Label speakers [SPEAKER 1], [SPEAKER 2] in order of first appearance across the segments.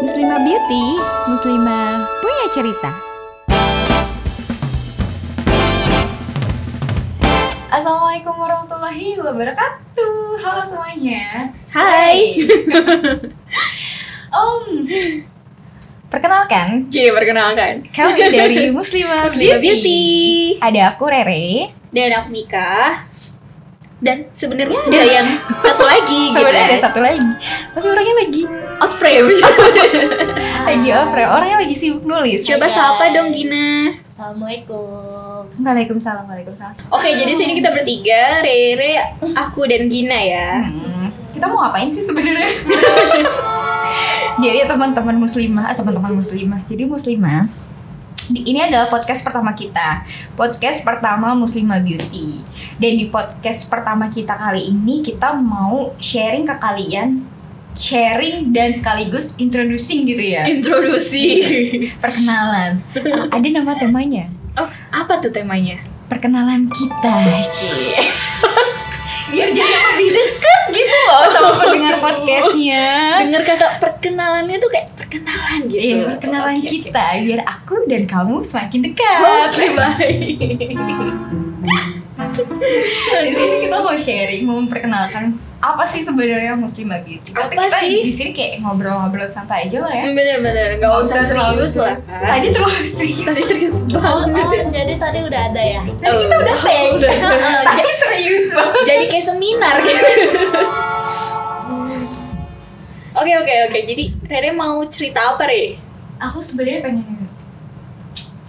[SPEAKER 1] Muslimah Beauty, Muslimah punya cerita. Assalamualaikum warahmatullahi wabarakatuh. Halo semuanya.
[SPEAKER 2] Hai.
[SPEAKER 1] Om. Perkenalkan,
[SPEAKER 2] J, perkenalkan.
[SPEAKER 1] kami dari Muslimah
[SPEAKER 2] Muslimah
[SPEAKER 1] Beauty.
[SPEAKER 2] Beauty.
[SPEAKER 1] Ada aku Rere.
[SPEAKER 2] Dan aku Mika. Dan sebenarnya ada yang satu lagi gitu.
[SPEAKER 1] Sebenarnya ada
[SPEAKER 2] kan.
[SPEAKER 1] satu Iya, lagi. Tapi orangnya lagi
[SPEAKER 2] Out frame.
[SPEAKER 1] lagi off ya. Orangnya lagi sibuk nulis.
[SPEAKER 2] Coba sapa dong Gina.
[SPEAKER 3] Assalamualaikum.
[SPEAKER 1] Waalaikumsalam, waalaikumsalam.
[SPEAKER 2] Oke, jadi sini kita bertiga, Rere, aku dan Gina ya.
[SPEAKER 1] Hmm, kita mau ngapain sih sebenarnya? jadi ya, teman-teman muslimah, eh, teman-teman muslimah. Jadi muslimah di- ini adalah podcast pertama kita, podcast pertama Muslimah Beauty. Dan di podcast pertama kita kali ini kita mau sharing ke kalian, sharing dan sekaligus introducing gitu ya,
[SPEAKER 2] Introduksi.
[SPEAKER 1] perkenalan. Ah, ada nama temanya,
[SPEAKER 2] oh, apa tuh temanya?
[SPEAKER 1] perkenalan kita. Cie.
[SPEAKER 2] Biar jadi lebih dekat gitu loh
[SPEAKER 1] Sama pendengar podcastnya.
[SPEAKER 2] Dengar kata perkenalannya tuh kayak perkenalan gitu.
[SPEAKER 1] Iya, perkenalan
[SPEAKER 2] Oke, oke.
[SPEAKER 1] kita biar aku dan kamu semakin dekat.
[SPEAKER 2] Oke, baik.
[SPEAKER 1] di sini kita mau sharing, mau memperkenalkan apa sih sebenarnya Muslimah Beauty. Tapi
[SPEAKER 2] Apa
[SPEAKER 1] kita
[SPEAKER 2] sih?
[SPEAKER 1] di sini kayak ngobrol-ngobrol santai aja lah ya.
[SPEAKER 2] Bener-bener, gak
[SPEAKER 1] Nggak
[SPEAKER 2] usah
[SPEAKER 1] terlalu
[SPEAKER 2] serius lah.
[SPEAKER 1] Tadi terlalu serius.
[SPEAKER 2] Tadi serius
[SPEAKER 3] Oh,
[SPEAKER 2] banget.
[SPEAKER 3] oh, jadi tadi udah ada ya?
[SPEAKER 1] Tadi kita Oh, udah tag.
[SPEAKER 2] udah. Oh, iya.
[SPEAKER 1] Tapi serius banget.
[SPEAKER 2] jadi kayak seminar gitu. Oke oke oke. Jadi Rere mau cerita apa Re?
[SPEAKER 1] Aku sebenarnya pengen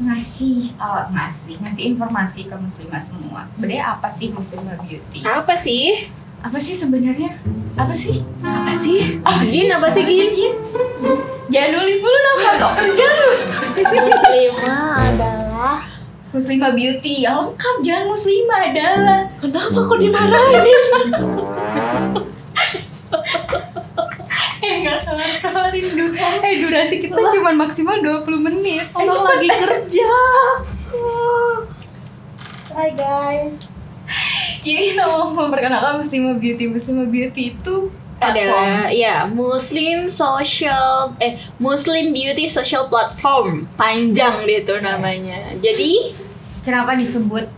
[SPEAKER 1] ngasih eh, ngasih ngasih informasi ke muslimah semua sebenarnya apa sih muslimah beauty
[SPEAKER 2] Apa sih?
[SPEAKER 1] apa sih sebenarnya apa sih
[SPEAKER 2] Apa sih?
[SPEAKER 1] apa
[SPEAKER 2] Gin Oh, apa sih Gin?
[SPEAKER 1] jangan nulis dulu dong sok jangan nulis.
[SPEAKER 3] Muslimah adalah
[SPEAKER 1] Muslimah Beauty yang lengkap jangan muslimah adalah
[SPEAKER 3] Kenapa kok dimarahin?
[SPEAKER 1] eh nggak salah kelarin du eh durasi kita cuma maksimal 20 menit eh,
[SPEAKER 3] Orang
[SPEAKER 1] cepet.
[SPEAKER 3] lagi kerja Hai guys
[SPEAKER 1] jadi kita mau iya, memperkenalkan Muslimah Beauty Muslimah Beauty itu platform.
[SPEAKER 2] Adalah ya Muslim Social eh Muslim Beauty Social Platform panjang deh tuh namanya. Jadi
[SPEAKER 1] kenapa disebut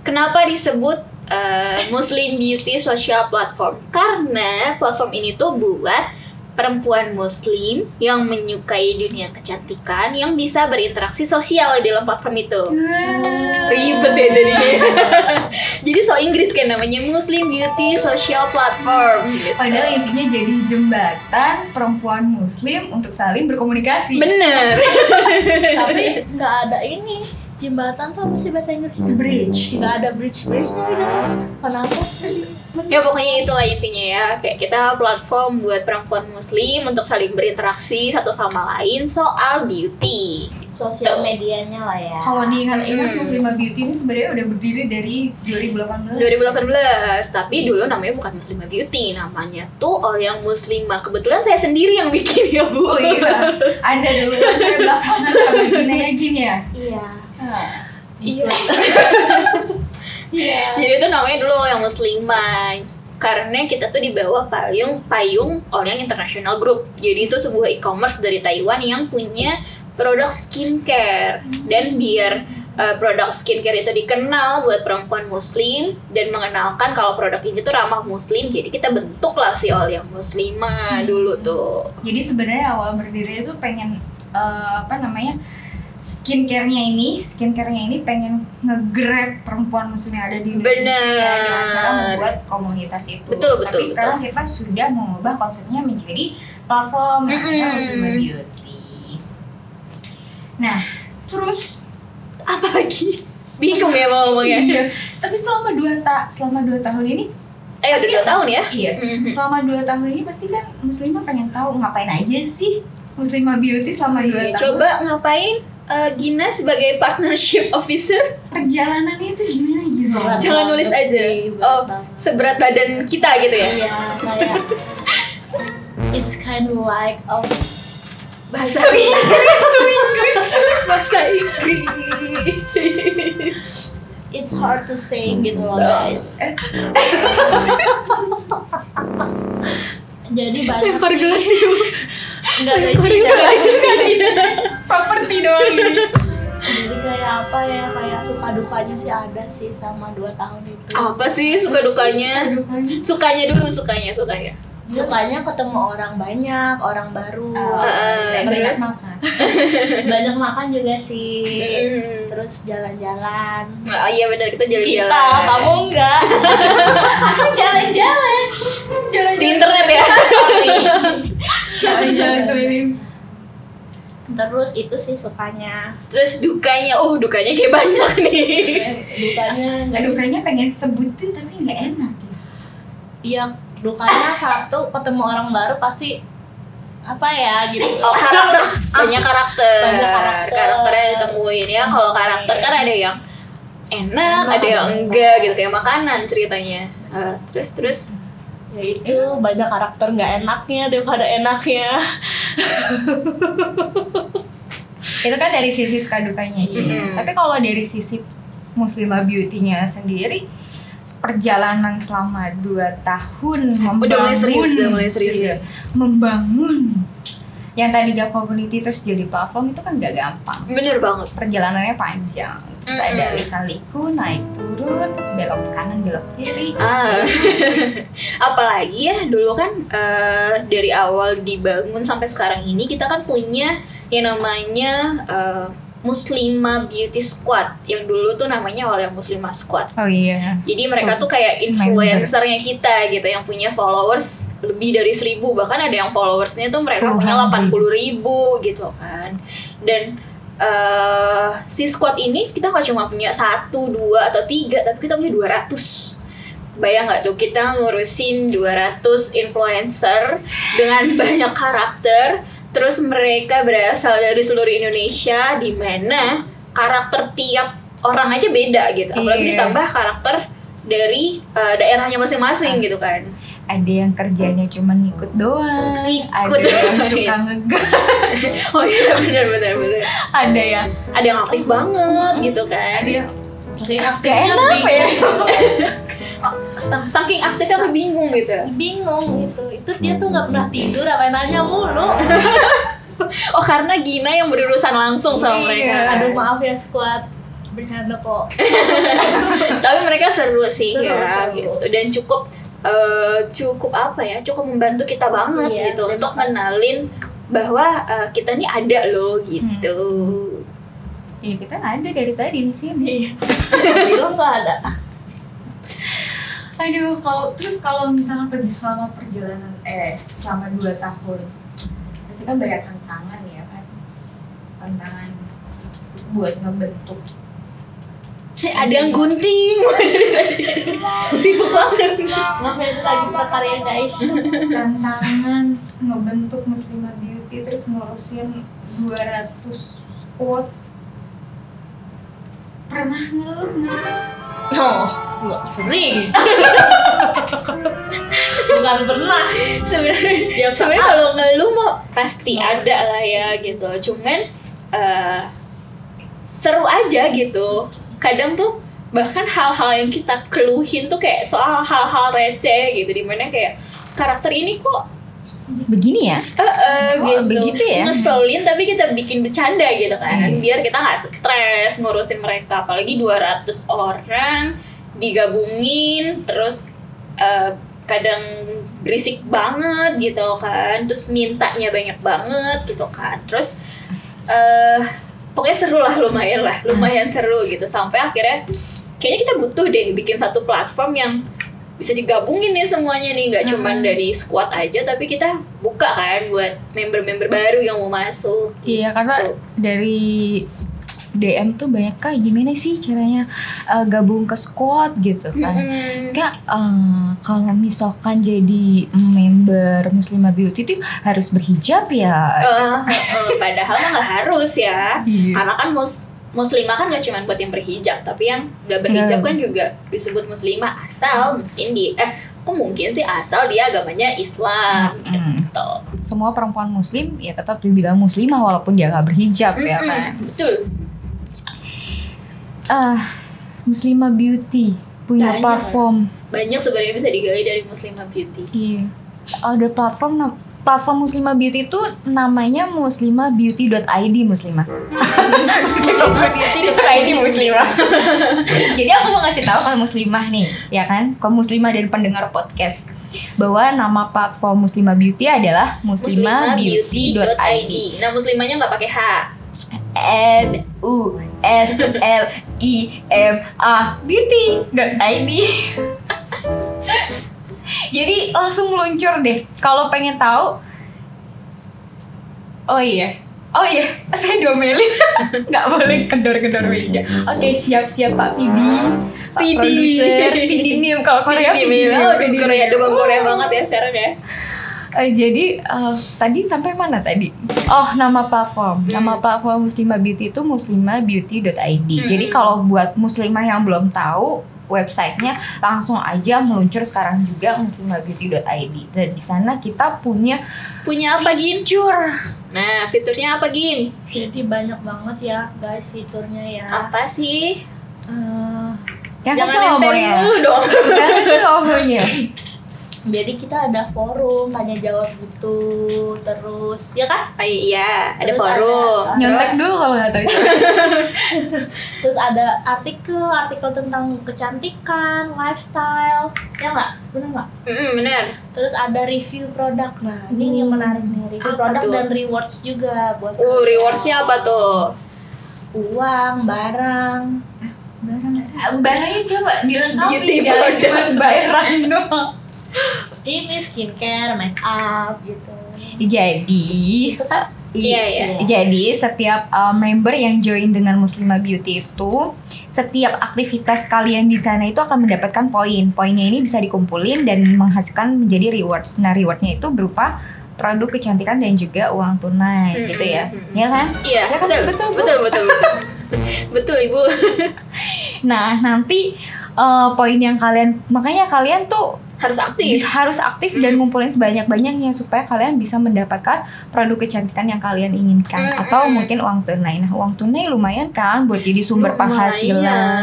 [SPEAKER 2] kenapa disebut eh, Muslim Beauty Social Platform? Karena platform ini tuh buat perempuan Muslim yang menyukai dunia kecantikan yang bisa berinteraksi sosial di dalam platform itu. Ribet ya jadinya. Jadi so Inggris kan namanya Muslim Beauty Social Platform. gitu.
[SPEAKER 1] padahal intinya jadi jembatan perempuan muslim untuk saling berkomunikasi
[SPEAKER 2] Bener.
[SPEAKER 3] Tapi nggak ada ini Jembatan tuh apa sih bahasa Inggrisnya?
[SPEAKER 1] Bridge.
[SPEAKER 3] Nggak ada bridge-bridge-nya udah Kenapa?
[SPEAKER 2] Ya pokoknya itulah intinya ya Kayak kita platform buat perempuan muslim Untuk saling berinteraksi satu sama lain soal beauty
[SPEAKER 3] Sosial medianya lah ya
[SPEAKER 1] kalau diingat-ingat
[SPEAKER 2] Hmm.
[SPEAKER 1] Muslimah Beauty ini sebenarnya udah berdiri dari 2018
[SPEAKER 2] 2018 tapi dulu namanya bukan Muslimah Beauty namanya tuh All Yang Muslimah kebetulan saya sendiri yang bikin ya
[SPEAKER 1] oh
[SPEAKER 2] bu
[SPEAKER 1] iya ada dulu saya belakangan sama Gina ya gini ya
[SPEAKER 3] Iya
[SPEAKER 1] Hah.
[SPEAKER 2] Iya.
[SPEAKER 3] Iya.
[SPEAKER 2] jadi itu namanya dulu All Yang Muslimah karena kita tuh di bawah payung payung All Yang International Group jadi itu sebuah e-commerce dari Taiwan yang punya produk skincare dan biar eh, produk skincare itu dikenal buat perempuan muslim dan mengenalkan kalau produk ini tuh ramah muslim jadi kita bentuklah si All Yang
[SPEAKER 1] Hmm.
[SPEAKER 2] Muslimah dulu tuh
[SPEAKER 1] Jadi sebenarnya awal berdiri itu pengen eh, apa namanya skincare-nya ini, skincare-nya ini pengen nge-grab perempuan muslim yang ada di Indonesia
[SPEAKER 2] Bener.
[SPEAKER 1] dengan cara membuat komunitas itu.
[SPEAKER 2] Betul,
[SPEAKER 1] Tapi
[SPEAKER 2] betul,
[SPEAKER 1] sekarang kita sudah mengubah konsepnya menjadi platform yang namanya
[SPEAKER 2] Mm-mm.
[SPEAKER 1] Muslim Beauty. Nah, terus
[SPEAKER 2] apalagi bingung ya mau ngomongnya
[SPEAKER 1] iya. Tapi selama dua tak selama dua tahun ini
[SPEAKER 2] eh udah dua tahun ya
[SPEAKER 1] iya
[SPEAKER 2] Mhm.
[SPEAKER 1] selama dua tahun ini pasti kan muslimah pengen tahu ngapain aja sih muslimah beauty selama dua tahun
[SPEAKER 2] Iya, coba ngapain eh, Gina sebagai partnership officer
[SPEAKER 1] perjalanan itu gimana gitu
[SPEAKER 3] Berat
[SPEAKER 2] Jangan
[SPEAKER 3] banget
[SPEAKER 2] nulis aja.
[SPEAKER 3] sih, berat
[SPEAKER 2] Oh.
[SPEAKER 3] banget.
[SPEAKER 2] seberat badan kita gitu ya
[SPEAKER 3] Iya kayak It's kind of like oh, of
[SPEAKER 2] bahasa Inggris bahasa Inggris
[SPEAKER 3] It's hard to say gitu loh
[SPEAKER 2] Nah.
[SPEAKER 3] guys
[SPEAKER 1] Eh.
[SPEAKER 2] Iya,
[SPEAKER 3] Jadi banyak sih nggak ada isinya
[SPEAKER 1] aja sekali. Properti doang gitu. ini.
[SPEAKER 3] jadi kayak apa ya kayak suka dukanya sih ada sih sama dua tahun itu
[SPEAKER 2] Apa sih suka dukanya? Sukanya dulu, sukanya, sukanya.
[SPEAKER 3] sukanya ketemu orang banyak orang baru
[SPEAKER 1] Oh,
[SPEAKER 2] Eh,
[SPEAKER 1] Banyak
[SPEAKER 2] terus?
[SPEAKER 1] makan.
[SPEAKER 3] banyak makan juga sih
[SPEAKER 2] Hmm.
[SPEAKER 3] terus jalan-jalan
[SPEAKER 2] Ah, iya benar kita jalan-jalan.
[SPEAKER 4] Kita, kamu enggak.
[SPEAKER 1] Aku jalan-jalan.
[SPEAKER 2] di
[SPEAKER 1] Jalan-jalan.
[SPEAKER 2] internet ya.
[SPEAKER 1] Jalan-jalan keliling.
[SPEAKER 3] terus itu sih sukanya
[SPEAKER 2] Terus dukanya, oh dukanya kayak banyak nih.
[SPEAKER 3] dukanya
[SPEAKER 1] Nggak dukanya pengen sebutin tapi nggak enak. ya.
[SPEAKER 3] iya dukanya satu ketemu orang baru pasti apa ya gitu
[SPEAKER 2] Oh karakter, banyak karakter.
[SPEAKER 3] Banyak karakter.
[SPEAKER 2] Karakternya ditemuin ya. Kalau karakter kan ada yang enak,
[SPEAKER 3] Enak,
[SPEAKER 2] ada yang
[SPEAKER 3] ada yang
[SPEAKER 2] enggak
[SPEAKER 3] enggak.
[SPEAKER 2] gitu kayak makanan ceritanya. Ah, terus terus
[SPEAKER 3] ya itu banyak karakter nggak enaknya daripada enaknya
[SPEAKER 1] itu kan dari sisi suka dukanya ya.
[SPEAKER 2] Mm-mm.
[SPEAKER 1] tapi kalau dari sisi muslimah beauty-nya sendiri perjalanan selama 2 tahun membangun
[SPEAKER 2] Udah mulai serius, udah mulai serius
[SPEAKER 1] iya,
[SPEAKER 2] ya.
[SPEAKER 1] membangun yang tadi udah community terus jadi platform itu kan gak gampang
[SPEAKER 2] bener banget.
[SPEAKER 1] perjalanannya panjang terus ada
[SPEAKER 2] Mm-mm.
[SPEAKER 1] lika-liku naik turun belok kanan belok kiri
[SPEAKER 2] Ah. Apalagi ya dulu kan eh, dari awal dibangun sampai sekarang ini kita kan punya yang namanya eh, Muslimah Beauty Squad yang dulu tuh namanya oleh Muslimah Squad.
[SPEAKER 1] oh iya
[SPEAKER 2] Jadi mereka tuh kayak influencernya kita gitu yang punya followers lebih dari seribu bahkan ada yang followersnya tuh mereka punya
[SPEAKER 1] Puluhan
[SPEAKER 2] 80 ribu gitu kan dan eh si squad ini kita nggak cuma punya satu dua atau tiga tapi kita punya 200 Bayang nggak tuh kita ngurusin 200 influencer dengan banyak karakter terus mereka berasal dari seluruh Indonesia di mana karakter tiap orang aja beda gitu apalagi
[SPEAKER 1] Iya.
[SPEAKER 2] ditambah karakter dari eh, daerahnya
[SPEAKER 1] Ah.
[SPEAKER 2] masing-masing gitu kan
[SPEAKER 1] ada yang kerjanya cuma ngikut doang ada
[SPEAKER 2] Ngikut.
[SPEAKER 1] yang suka ngegas
[SPEAKER 2] oh iya benar benar benar
[SPEAKER 1] ada yang
[SPEAKER 2] ada yang aktif banget gitu kan
[SPEAKER 1] ada yang
[SPEAKER 3] gak
[SPEAKER 1] gak enak ya
[SPEAKER 2] Sang- Oh, saking aktifnya aku bingung gitu
[SPEAKER 3] bingung gitu itu dia tuh nggak pernah tidur apa yang nanya mulu
[SPEAKER 2] oh karena Gina yang berurusan langsung
[SPEAKER 1] Iya.
[SPEAKER 2] sama mereka
[SPEAKER 3] aduh maaf ya squad bercanda kok
[SPEAKER 2] tapi mereka seru sih
[SPEAKER 3] Seru,
[SPEAKER 2] ya
[SPEAKER 3] seru.
[SPEAKER 2] gitu dan cukup eh, cukup apa ya cukup membantu kita banget
[SPEAKER 3] Iya,
[SPEAKER 2] gitu
[SPEAKER 3] terima
[SPEAKER 2] untuk
[SPEAKER 3] kasih.
[SPEAKER 2] kenalin bahwa eh, kita nih ada loh gitu
[SPEAKER 3] Hmm.
[SPEAKER 1] Iya kita nggak ada dari tadi di sini.
[SPEAKER 3] iya bilang nggak ada
[SPEAKER 1] Aduh, kalau terus kalau misalnya pergi selama perjalanan eh selama 2 tahun, pasti kan banyak tantangan ya kan, tantangan buat ngebentuk.
[SPEAKER 2] Cek, ada yang gunting sibuk banget
[SPEAKER 3] maaf ya itu lagi prakarya guys
[SPEAKER 1] tantangan ngebentuk Muslimah Beauty terus ngurusin 200 spot pernah ngeluh nggak sih?
[SPEAKER 3] no nggak sering bukan pernah
[SPEAKER 2] sebenarnya
[SPEAKER 3] Setiap
[SPEAKER 2] sebenarnya kalau ngeluh mau pasti ada lah ya gitu cuman eh, seru aja gitu kadang tuh bahkan hal-hal yang kita keluhin tuh kayak soal hal-hal receh gitu dimana kayak karakter ini kok
[SPEAKER 1] Begini ya?
[SPEAKER 2] eh, eh,
[SPEAKER 1] Oh,
[SPEAKER 2] gitu.
[SPEAKER 1] begitu ya?
[SPEAKER 2] ngeselin tapi kita bikin bercanda gitu kan
[SPEAKER 1] Iya.
[SPEAKER 2] biar kita nggak stres ngurusin mereka apalagi 200 orang digabungin terus eh, kadang berisik banget gitu kan terus mintanya banyak banget gitu kan terus eh pokoknya seru lah lumayan lah lumayan seru gitu sampai akhirnya kayaknya kita butuh deh bikin satu platform yang bisa digabungin nih semuanya nih nggak cuman dari squad aja tapi kita buka kan buat member-member baru yang mau masuk
[SPEAKER 1] Iya karena
[SPEAKER 2] Tuh.
[SPEAKER 1] dari DM tuh banyak kak gimana sih caranya eh, gabung ke squad gitu kan.
[SPEAKER 2] Mm-mm.
[SPEAKER 1] Kak eh, kalau misalkan jadi member Muslimah Beauty itu harus berhijab ya.
[SPEAKER 2] Eh, eh, padahal mah nggak harus ya
[SPEAKER 1] Iya.
[SPEAKER 2] karena kan mus muslimah kan nggak cuman buat yang berhijab tapi yang nggak berhijab
[SPEAKER 1] Iya.
[SPEAKER 2] kan juga disebut muslimah asal mungkin di eh kok mungkin sih asal dia agamanya Islam
[SPEAKER 1] Mm-mm.
[SPEAKER 2] gitu
[SPEAKER 1] Iya. Semua perempuan muslim ya tetap dibilang muslimah walaupun dia nggak berhijab ya
[SPEAKER 2] Mm-mm,
[SPEAKER 1] kan.
[SPEAKER 2] betul
[SPEAKER 1] Ah, Muslimah Beauty punya
[SPEAKER 2] Banyak.
[SPEAKER 1] platform.
[SPEAKER 2] banyak sebenarnya bisa digali dari muslimah beauty
[SPEAKER 1] Iya. Ada platform nam- platform Muslimah Beauty itu namanya muslimahbeauty.id muslimah.
[SPEAKER 2] Beauty muslimah.
[SPEAKER 1] Jadi aku mau ngasih tahu kalau muslimah nih, ya kan? Kalau muslimah dan pendengar podcast bahwa nama platform Muslimah Beauty adalah muslimahbeauty.id.
[SPEAKER 2] Nah, muslimahnya nggak pakai H.
[SPEAKER 1] N U S L I M A beauty.id. Jadi langsung meluncur deh. Kalau pengen tahu Oh iya. Oh iya, saya diomelin. Nggak boleh kendor-kendor meja. Oke, siap-siap Pak Pidi. Pak
[SPEAKER 2] Pidi.
[SPEAKER 1] Produser, Pidi Nim kalau Korea Pidi.
[SPEAKER 2] Pidi,
[SPEAKER 1] Nim.
[SPEAKER 2] Mil. Aduh,
[SPEAKER 1] Pidi Nim.
[SPEAKER 2] Iya, Korea, demam Korea banget ya sekarang ya.
[SPEAKER 1] Eh, jadi eh, tadi sampai mana tadi? Oh nama platform, nama platform Muslimah Beauty itu muslimahbeauty.id. Jadi kalau buat muslimah yang belum tahu websitenya langsung aja meluncur sekarang juga muslimahbeauty.id. Dan di sana kita punya
[SPEAKER 2] Punya apa, Gin?
[SPEAKER 1] cur.
[SPEAKER 2] Nah, fiturnya apa, Gin?
[SPEAKER 3] Jadi banyak banget ya guys fiturnya ya.
[SPEAKER 2] Apa sih?
[SPEAKER 3] Eh,
[SPEAKER 1] Ya kan saya
[SPEAKER 2] Jangan nempelin
[SPEAKER 1] ngomongnya.
[SPEAKER 2] dulu dong.
[SPEAKER 1] Ya kan saya ngomongnya.
[SPEAKER 3] jadi kita ada forum tanya jawab gitu terus ya kan?
[SPEAKER 2] Oh iya, ada
[SPEAKER 3] Terus
[SPEAKER 2] forum.
[SPEAKER 3] ada-
[SPEAKER 1] Nyontek
[SPEAKER 2] Terus,
[SPEAKER 1] dulu kalau nggak tahu.
[SPEAKER 3] Terus ada artikel artikel tentang kecantikan, lifestyle, ya nggak? Bener nggak?
[SPEAKER 2] Mm, bener.
[SPEAKER 3] Terus ada review produk. Nah, ini yang menarik nih, review
[SPEAKER 2] Hmm. Apa
[SPEAKER 3] produk
[SPEAKER 2] tuh?
[SPEAKER 3] dan rewards juga buat
[SPEAKER 2] Uh, rewardsnya apa tuh?
[SPEAKER 3] Uang, barang.
[SPEAKER 1] Barang, barangnya Eh, coba
[SPEAKER 2] Beauty
[SPEAKER 1] dilengkapi jangan
[SPEAKER 2] product.
[SPEAKER 1] cuma barang doang.
[SPEAKER 3] Ini skincare, make up gitu.
[SPEAKER 1] Jadi
[SPEAKER 3] Itu kan
[SPEAKER 2] Iya, iya.
[SPEAKER 1] Jadi setiap uh, member yang join dengan Muslimah Beauty itu setiap aktivitas kalian di sana itu akan mendapatkan poin. Poinnya ini bisa dikumpulin dan menghasilkan menjadi reward. Nah, rewardnya itu berupa produk kecantikan dan juga uang tunai
[SPEAKER 2] Hmm,
[SPEAKER 1] gitu ya.
[SPEAKER 2] hmm, hmm.
[SPEAKER 1] Ya kan?
[SPEAKER 2] Iya,
[SPEAKER 1] Ya kan? Betul,
[SPEAKER 2] betul, betul, betul, betul. Betul, Ibu.
[SPEAKER 1] Nah, nanti uh, poin yang kalian makanya kalian tuh
[SPEAKER 2] Harus aktif. Hmm.
[SPEAKER 1] bis- harus aktif dan ngumpulin sebanyak-banyaknya supaya kalian bisa mendapatkan produk kecantikan yang kalian inginkan
[SPEAKER 2] Mm,
[SPEAKER 1] atau
[SPEAKER 2] mm.
[SPEAKER 1] mungkin uang tunai. Nah, uang tunai lumayan kan buat jadi sumber
[SPEAKER 2] Lumayan.
[SPEAKER 1] penghasilan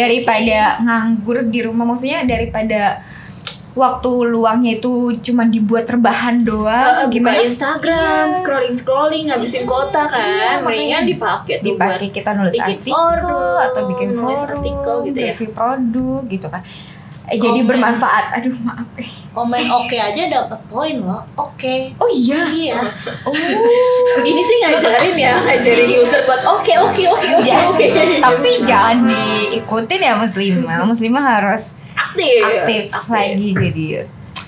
[SPEAKER 1] daripada nganggur di rumah maksudnya daripada waktu luangnya itu cuma dibuat rebahan
[SPEAKER 2] Eh,
[SPEAKER 1] doang
[SPEAKER 2] buka
[SPEAKER 1] ah, gimana Iya.
[SPEAKER 2] Instagram, scrolling scrolling ngabisin
[SPEAKER 1] Iya,
[SPEAKER 2] kota kan,
[SPEAKER 1] makanya
[SPEAKER 2] mendingan dipakai tuh buat
[SPEAKER 1] dipakai kita nulis
[SPEAKER 2] bikin
[SPEAKER 1] artikel
[SPEAKER 2] forum,
[SPEAKER 1] atau bikin
[SPEAKER 2] nulis
[SPEAKER 1] forum,
[SPEAKER 2] artikel gitu ya. Oh, iya.
[SPEAKER 1] review produk gitu kan. Eh, jadi
[SPEAKER 3] Komen.
[SPEAKER 1] bermanfaat. Aduh, maaf.
[SPEAKER 3] komen oke aja dapat poin loh. Oke.
[SPEAKER 1] Oh iya.
[SPEAKER 3] Iya.
[SPEAKER 1] Oh.
[SPEAKER 2] ini sih ngajarin ya ngajarin user buat oh, oke oke oke oke
[SPEAKER 1] Ya,
[SPEAKER 2] oke
[SPEAKER 1] tapi jangan diikutin ya muslimah muslimah harus
[SPEAKER 2] aktif
[SPEAKER 1] aktif lagi jadi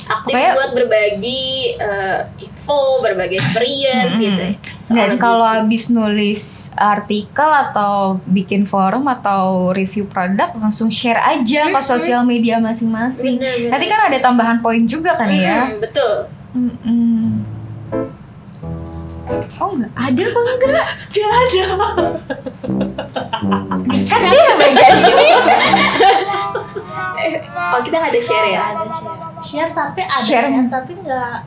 [SPEAKER 2] aktif
[SPEAKER 1] Pokoknya-
[SPEAKER 2] buat berbagi eh, info berbagi experience
[SPEAKER 1] Mm-mm.
[SPEAKER 2] gitu ya.
[SPEAKER 1] dan
[SPEAKER 2] Soal
[SPEAKER 1] kalau
[SPEAKER 2] beauty.
[SPEAKER 1] habis nulis artikel atau bikin forum atau review produk langsung share aja ke
[SPEAKER 2] Mm-mm.
[SPEAKER 1] sosial media masing-masing
[SPEAKER 2] Bener, bener.
[SPEAKER 1] nanti kan ada tambahan poin juga kan ya
[SPEAKER 2] Mm, betul
[SPEAKER 1] Mm-mm. oh enggak ada apa enggak
[SPEAKER 3] Gak ada.
[SPEAKER 1] kan dia yang bagian ini
[SPEAKER 2] eh, oh kita nggak ada share ya
[SPEAKER 3] Gak ada share. Share tapi ada
[SPEAKER 1] Share.
[SPEAKER 3] share, tapi nggak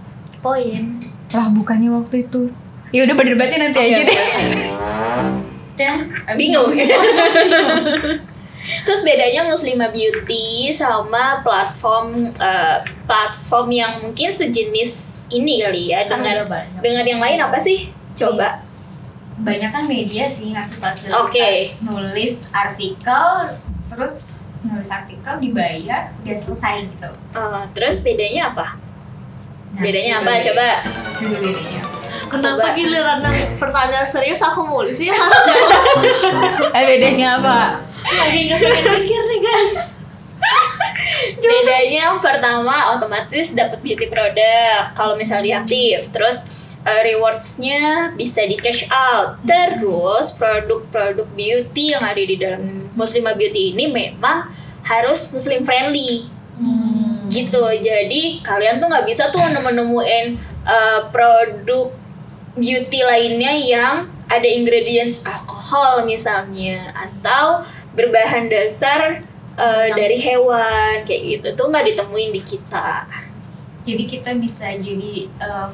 [SPEAKER 3] poin.
[SPEAKER 1] lah bukannya waktu itu ya udah berdebatnya nanti aja deh
[SPEAKER 3] Dan
[SPEAKER 2] eh, bingung Terus bedanya Muslimah Beauty sama platform eh, platform yang mungkin sejenis ini kali ya dengan
[SPEAKER 3] banyak.
[SPEAKER 2] dengan yang lain apa sih? Coba.
[SPEAKER 1] banyak kan media sih ngasih fasilitas
[SPEAKER 2] Oke.
[SPEAKER 1] nulis artikel terus nulis artikel dibayar udah selesai gitu
[SPEAKER 2] Eh, terus bedanya apa?
[SPEAKER 1] Nah,
[SPEAKER 2] Bedanya apa?
[SPEAKER 1] coba-
[SPEAKER 2] Coba.
[SPEAKER 1] coba bedanya
[SPEAKER 3] Kenapa
[SPEAKER 2] Coba.
[SPEAKER 3] giliran yang pertanyaan serius aku ya? mulu sih?
[SPEAKER 1] eh bedanya apa
[SPEAKER 3] Lagi nggak mikir nih guys.
[SPEAKER 2] Bedanya yang pertama otomatis dapat beauty product kalau misalnya aktif. Terus eh, rewards-nya bisa di cash out. Terus produk-produk beauty yang ada di dalam Muslimah Beauty ini memang harus muslim friendly.
[SPEAKER 3] Hmm.
[SPEAKER 2] gitu jadi kalian tuh nggak bisa tuh nemu-nemuin uh, produk beauty lainnya yang ada ingredients alkohol misalnya atau berbahan dasar uh, dari hewan kayak gitu tuh nggak ditemuin di kita
[SPEAKER 1] jadi kita bisa jadi eh,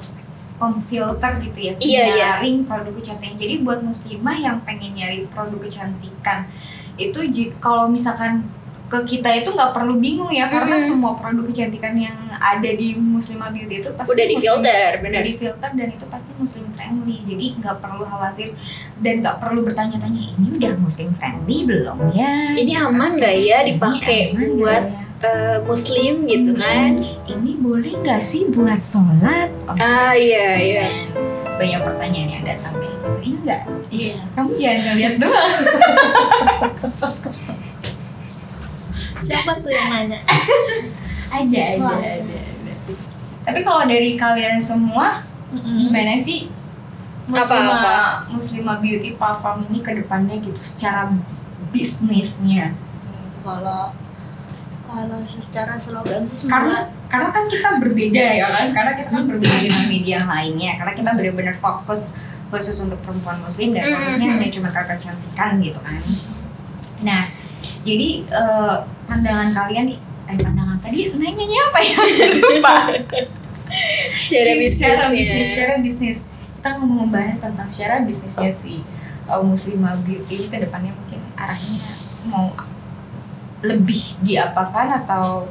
[SPEAKER 1] memfilter gitu ya
[SPEAKER 2] Iya, iya.
[SPEAKER 1] penyaring produk kecantikan jadi buat muslimah yang pengen nyari produk kecantikan itu ji- kalau misalkan ke kita itu nggak perlu bingung ya karena
[SPEAKER 2] Mm.
[SPEAKER 1] semua produk kecantikan yang ada di Muslimah Beauty itu pasti
[SPEAKER 2] udah di
[SPEAKER 1] muslim-
[SPEAKER 2] filter
[SPEAKER 1] udah
[SPEAKER 2] bener
[SPEAKER 1] di filter dan itu pasti muslim friendly jadi nggak perlu khawatir dan nggak perlu bertanya-tanya ini udah muslim friendly belum ya
[SPEAKER 2] ini aman gak ya
[SPEAKER 1] Ini
[SPEAKER 2] dipakai
[SPEAKER 1] aman nggak Hmm.
[SPEAKER 2] buat
[SPEAKER 1] ya?
[SPEAKER 2] eh, muslim gitu kan
[SPEAKER 1] ini boleh nggak sih buat sholat oh,
[SPEAKER 2] ah iya iya
[SPEAKER 1] dan banyak pertanyaan yang datang kayak gitu ini nggak
[SPEAKER 3] Iya.
[SPEAKER 1] kamu jangan ngeliat doang
[SPEAKER 3] Siapa tuh yang nanya?
[SPEAKER 2] Iya,
[SPEAKER 1] ada ada
[SPEAKER 3] Wah.
[SPEAKER 1] ada, ada. tapi kalau dari kalian semua
[SPEAKER 3] Hmm.
[SPEAKER 1] gimana sih muslimah
[SPEAKER 2] Apa-apa?
[SPEAKER 1] muslimah beauty platform ini ke depannya gitu secara bisnisnya
[SPEAKER 3] Kalau kalau secara slogan sih
[SPEAKER 1] karena
[SPEAKER 3] sebenarnya
[SPEAKER 1] karena kan kita berbeda ya kan karena kita kan berbeda dengan media yang lainnya karena kita benar-benar fokus khusus untuk perempuan muslim dan fokusnya
[SPEAKER 2] Mhm.
[SPEAKER 1] hanya cuma ke kecantikan gitu kan nah jadi eh, pandangan kalian eh pandangan tadi nanyanya apa ya lupa
[SPEAKER 2] secara
[SPEAKER 1] secara bisnis ya.
[SPEAKER 2] bisnisnya
[SPEAKER 1] secara bisnis kita mau membahas tentang secara bisnisnya si eh, muslimah beauty ini ke depannya mungkin arahnya mau lebih diapakan atau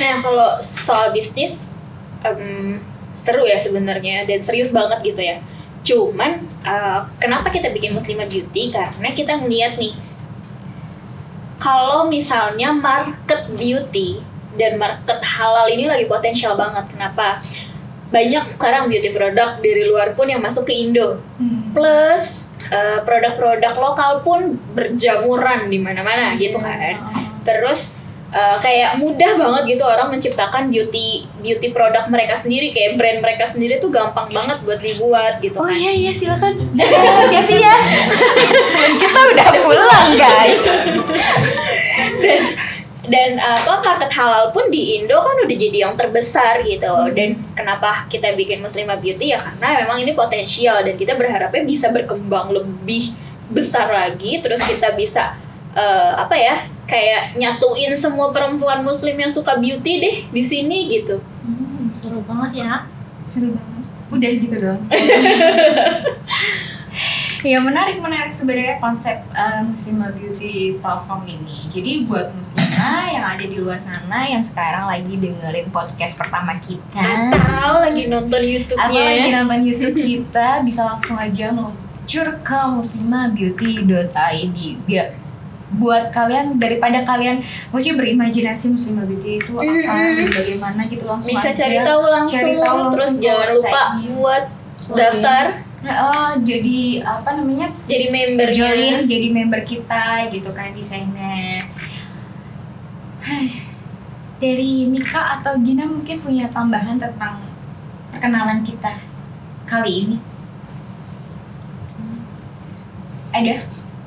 [SPEAKER 2] Nah kalau soal bisnis em, seru ya sebenarnya dan serius banget gitu ya. Cuman eh, kenapa kita bikin Muslimah Beauty? Karena kita melihat nih kalau misalnya market beauty dan market halal ini lagi potensial banget. Kenapa? Banyak sekarang beauty product dari luar pun yang masuk ke Indo.
[SPEAKER 1] Hmm.
[SPEAKER 2] Plus eh, produk-produk lokal pun berjamuran di
[SPEAKER 1] Nah,
[SPEAKER 2] mana-mana gitu kan. Terus uh, kayak mudah banget gitu orang menciptakan beauty beauty produk mereka sendiri kayak brand mereka sendiri tuh gampang banget buat dibuat gitu
[SPEAKER 1] Oh
[SPEAKER 2] kan.
[SPEAKER 1] iya iya silakan. Hati-hati ya. kita udah pulang guys.
[SPEAKER 2] Dan uh, apa market halal pun di Indo kan udah jadi yang terbesar gitu.
[SPEAKER 1] Hmm.
[SPEAKER 2] Dan kenapa kita bikin Muslimah Beauty ya karena memang ini potensial dan kita berharapnya bisa berkembang lebih besar lagi terus kita bisa eh, apa ya kayak nyatuin semua perempuan muslim yang suka beauty deh di sini gitu.
[SPEAKER 3] Hmm, seru banget ya.
[SPEAKER 1] Seru banget. Udah gitu doang. Ya menarik menarik sebenarnya konsep eh, Muslimah Beauty platform ini. Jadi buat Muslimah yang ada di luar sana yang sekarang lagi dengerin podcast pertama kita
[SPEAKER 2] Atau lagi nonton YouTube-nya.
[SPEAKER 1] Ah. atau lagi nonton YouTube kita bisa langsung aja meluncur ke muslimahbeauty.id biar buat kalian daripada kalian mesti berimajinasi muslimah beauty itu apa
[SPEAKER 2] Mm-mm.
[SPEAKER 1] dan bagaimana gitu langsung
[SPEAKER 2] Mm-hmm. bisa
[SPEAKER 1] aja.
[SPEAKER 2] cari tahu langsung,
[SPEAKER 1] Cari tahu langsung
[SPEAKER 2] terus
[SPEAKER 1] ke
[SPEAKER 2] jangan lupa
[SPEAKER 1] website-nya.
[SPEAKER 2] buat daftar
[SPEAKER 1] Nah, oh, jadi apa namanya
[SPEAKER 2] jadi member
[SPEAKER 1] join jadi member kita gitu kan di sana Hai. dari Mika atau Gina mungkin punya tambahan tentang perkenalan kita kali ini ada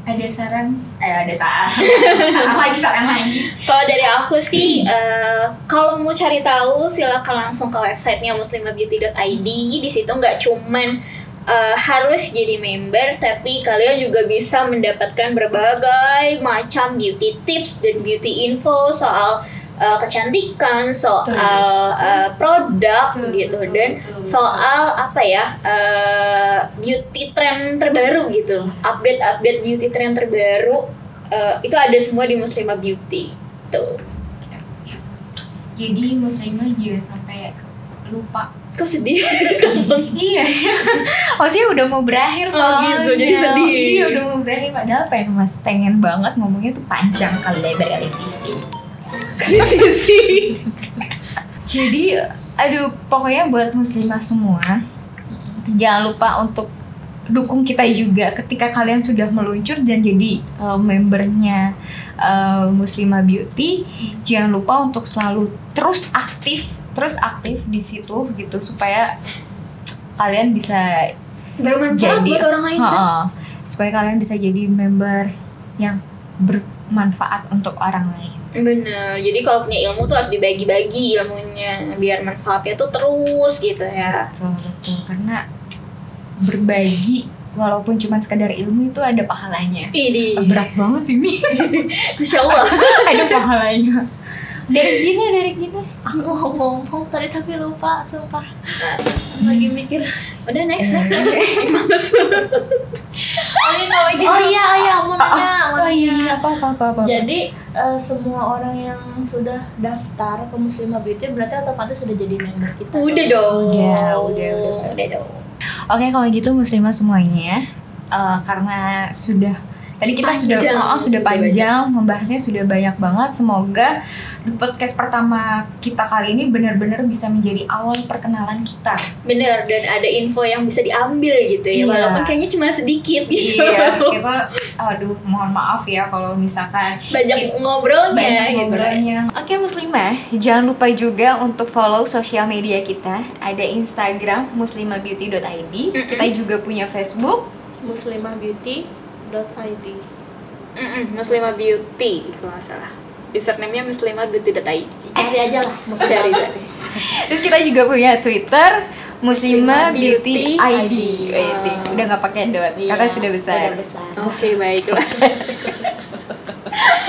[SPEAKER 1] ada saran eh ada saran saran lagi saran lagi
[SPEAKER 2] Kalau dari aku sih, eh, kalau mau cari tahu silakan langsung ke websitenya muslimahbeauty.id. Di situ nggak cuman eh, harus jadi member, tapi kalian juga bisa mendapatkan berbagai macam beauty tips dan beauty info soal eh, kecantikan, soal eh, produk
[SPEAKER 1] Betul,
[SPEAKER 2] gitu
[SPEAKER 1] betul,
[SPEAKER 2] dan
[SPEAKER 1] betul,
[SPEAKER 2] soal apa ya eh, beauty trend terbaru gitu, update-update beauty trend terbaru eh, itu ada semua di Muslimah Beauty. Tuh.
[SPEAKER 1] betul. jadi muslimah juga sampai lupa
[SPEAKER 2] Kok sedih?
[SPEAKER 1] iya maksudnya udah mau berakhir
[SPEAKER 2] Oh,
[SPEAKER 1] soalnya
[SPEAKER 2] gitu, jadi sedih.
[SPEAKER 1] iya udah mau berakhir padahal pengen mas pengen banget ngomongnya tuh panjang kali lebar kali sisi
[SPEAKER 2] Kali sisi.
[SPEAKER 1] Jadi, aduh, pokoknya buat muslimah semua, jangan lupa untuk dukung kita juga ketika kalian sudah meluncur dan jadi uh, membernya uh, Muslimah Beauty. Jangan lupa untuk selalu terus aktif, terus aktif di situ gitu supaya kalian bisa
[SPEAKER 2] Bermanfaat
[SPEAKER 1] Jadi-
[SPEAKER 2] buat orang lain kan?
[SPEAKER 1] Ha-ha. supaya kalian bisa jadi member yang bermanfaat untuk orang lain.
[SPEAKER 2] Bener. Jadi kalau punya ilmu tuh harus dibagi-bagi ilmunya biar manfaatnya tuh terus gitu ya.
[SPEAKER 1] betul betul karena berbagi walaupun cuma sekedar ilmu itu ada pahalanya
[SPEAKER 2] Ini.
[SPEAKER 1] berat banget ini
[SPEAKER 2] Masya Allah.
[SPEAKER 1] ada pahalanya dari gini dari gini
[SPEAKER 3] Aku mau ngomong tadi tapi lupa, sumpah. Lagi mikir.
[SPEAKER 2] Udah next next. next. Males.
[SPEAKER 1] ngomongin kalau ini.
[SPEAKER 3] Oh iya, oh iya, mau nanya, mau
[SPEAKER 1] Oh iya,
[SPEAKER 3] nanya.
[SPEAKER 1] apa apa apa. apa.
[SPEAKER 3] Jadi eh, semua orang yang sudah daftar ke Muslimah Beauty berarti otomatis sudah jadi member kita.
[SPEAKER 2] Udah dong.
[SPEAKER 1] Iya, Udah, udah, udah.
[SPEAKER 2] Udah dong.
[SPEAKER 1] Oke kalau gitu muslimah semuanya eh, karena sudah tadi kita
[SPEAKER 2] Panjang,
[SPEAKER 1] sudah oh, sudah
[SPEAKER 2] sudah
[SPEAKER 1] panjang membahasnya sudah banyak banget semoga di podcast pertama kita kali ini benar-benar bisa menjadi awal perkenalan kita
[SPEAKER 2] Bener, dan ada info yang bisa diambil gitu ya,
[SPEAKER 1] Iya.
[SPEAKER 2] walaupun kayaknya cuma sedikit gitu.
[SPEAKER 1] iya kita aduh mohon maaf ya kalau misalkan
[SPEAKER 2] Banyak ngobrolnya
[SPEAKER 1] banyak
[SPEAKER 2] gitu.
[SPEAKER 1] ngobrolnya. Iya, Oke Muslimah, jangan lupa juga untuk follow sosial media kita. Ada Instagram muslimahbeauty.id.
[SPEAKER 2] Mm-mm.
[SPEAKER 1] Kita juga punya Facebook.
[SPEAKER 3] muslimahbeauty.id.
[SPEAKER 2] Mm-mm, Muslimah Beauty kalau nggak salah. Username-nya Muslimah Beauty.id.
[SPEAKER 3] Cari aja lah Muslimah
[SPEAKER 2] Cari,
[SPEAKER 3] Beauty.
[SPEAKER 1] Terus kita juga punya Twitter Muslimah
[SPEAKER 2] Muslimah
[SPEAKER 1] Beauty
[SPEAKER 2] Beauty
[SPEAKER 1] ID.
[SPEAKER 3] ID.
[SPEAKER 1] ID. iya, Udah nggak pakai dot
[SPEAKER 3] Iya,
[SPEAKER 1] karena sudah besar.
[SPEAKER 3] Sudah besar.
[SPEAKER 2] Oke, baiklah.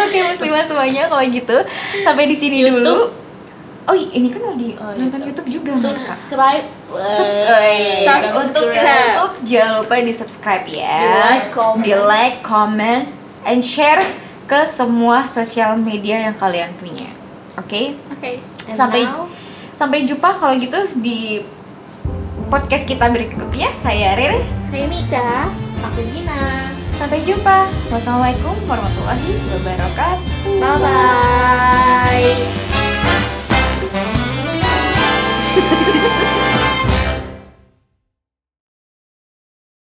[SPEAKER 1] Oke Muslimah semuanya kalau gitu sampai di sini dulu. Oh ini kan mau di
[SPEAKER 3] Oh,
[SPEAKER 1] nonton
[SPEAKER 3] YouTube.
[SPEAKER 1] YouTube juga mereka.
[SPEAKER 3] Subscribe.
[SPEAKER 1] Subs-
[SPEAKER 3] eh,
[SPEAKER 1] subs- untuk ke
[SPEAKER 2] subscribe.
[SPEAKER 1] YouTube jangan lupa di subscribe ya.
[SPEAKER 3] Di like, comment.
[SPEAKER 1] Di like, comment, and share ke semua sosial media yang kalian punya. Oke,
[SPEAKER 2] Oke.
[SPEAKER 3] And
[SPEAKER 1] sampai
[SPEAKER 3] now,
[SPEAKER 1] sampai jumpa kalau gitu di podcast kita berikutnya. Saya Rere.
[SPEAKER 2] Saya Mika.
[SPEAKER 3] aku Gina.
[SPEAKER 1] Sampai jumpa. Wassalamualaikum warahmatullahi wabarakatuh.
[SPEAKER 2] Bye-bye.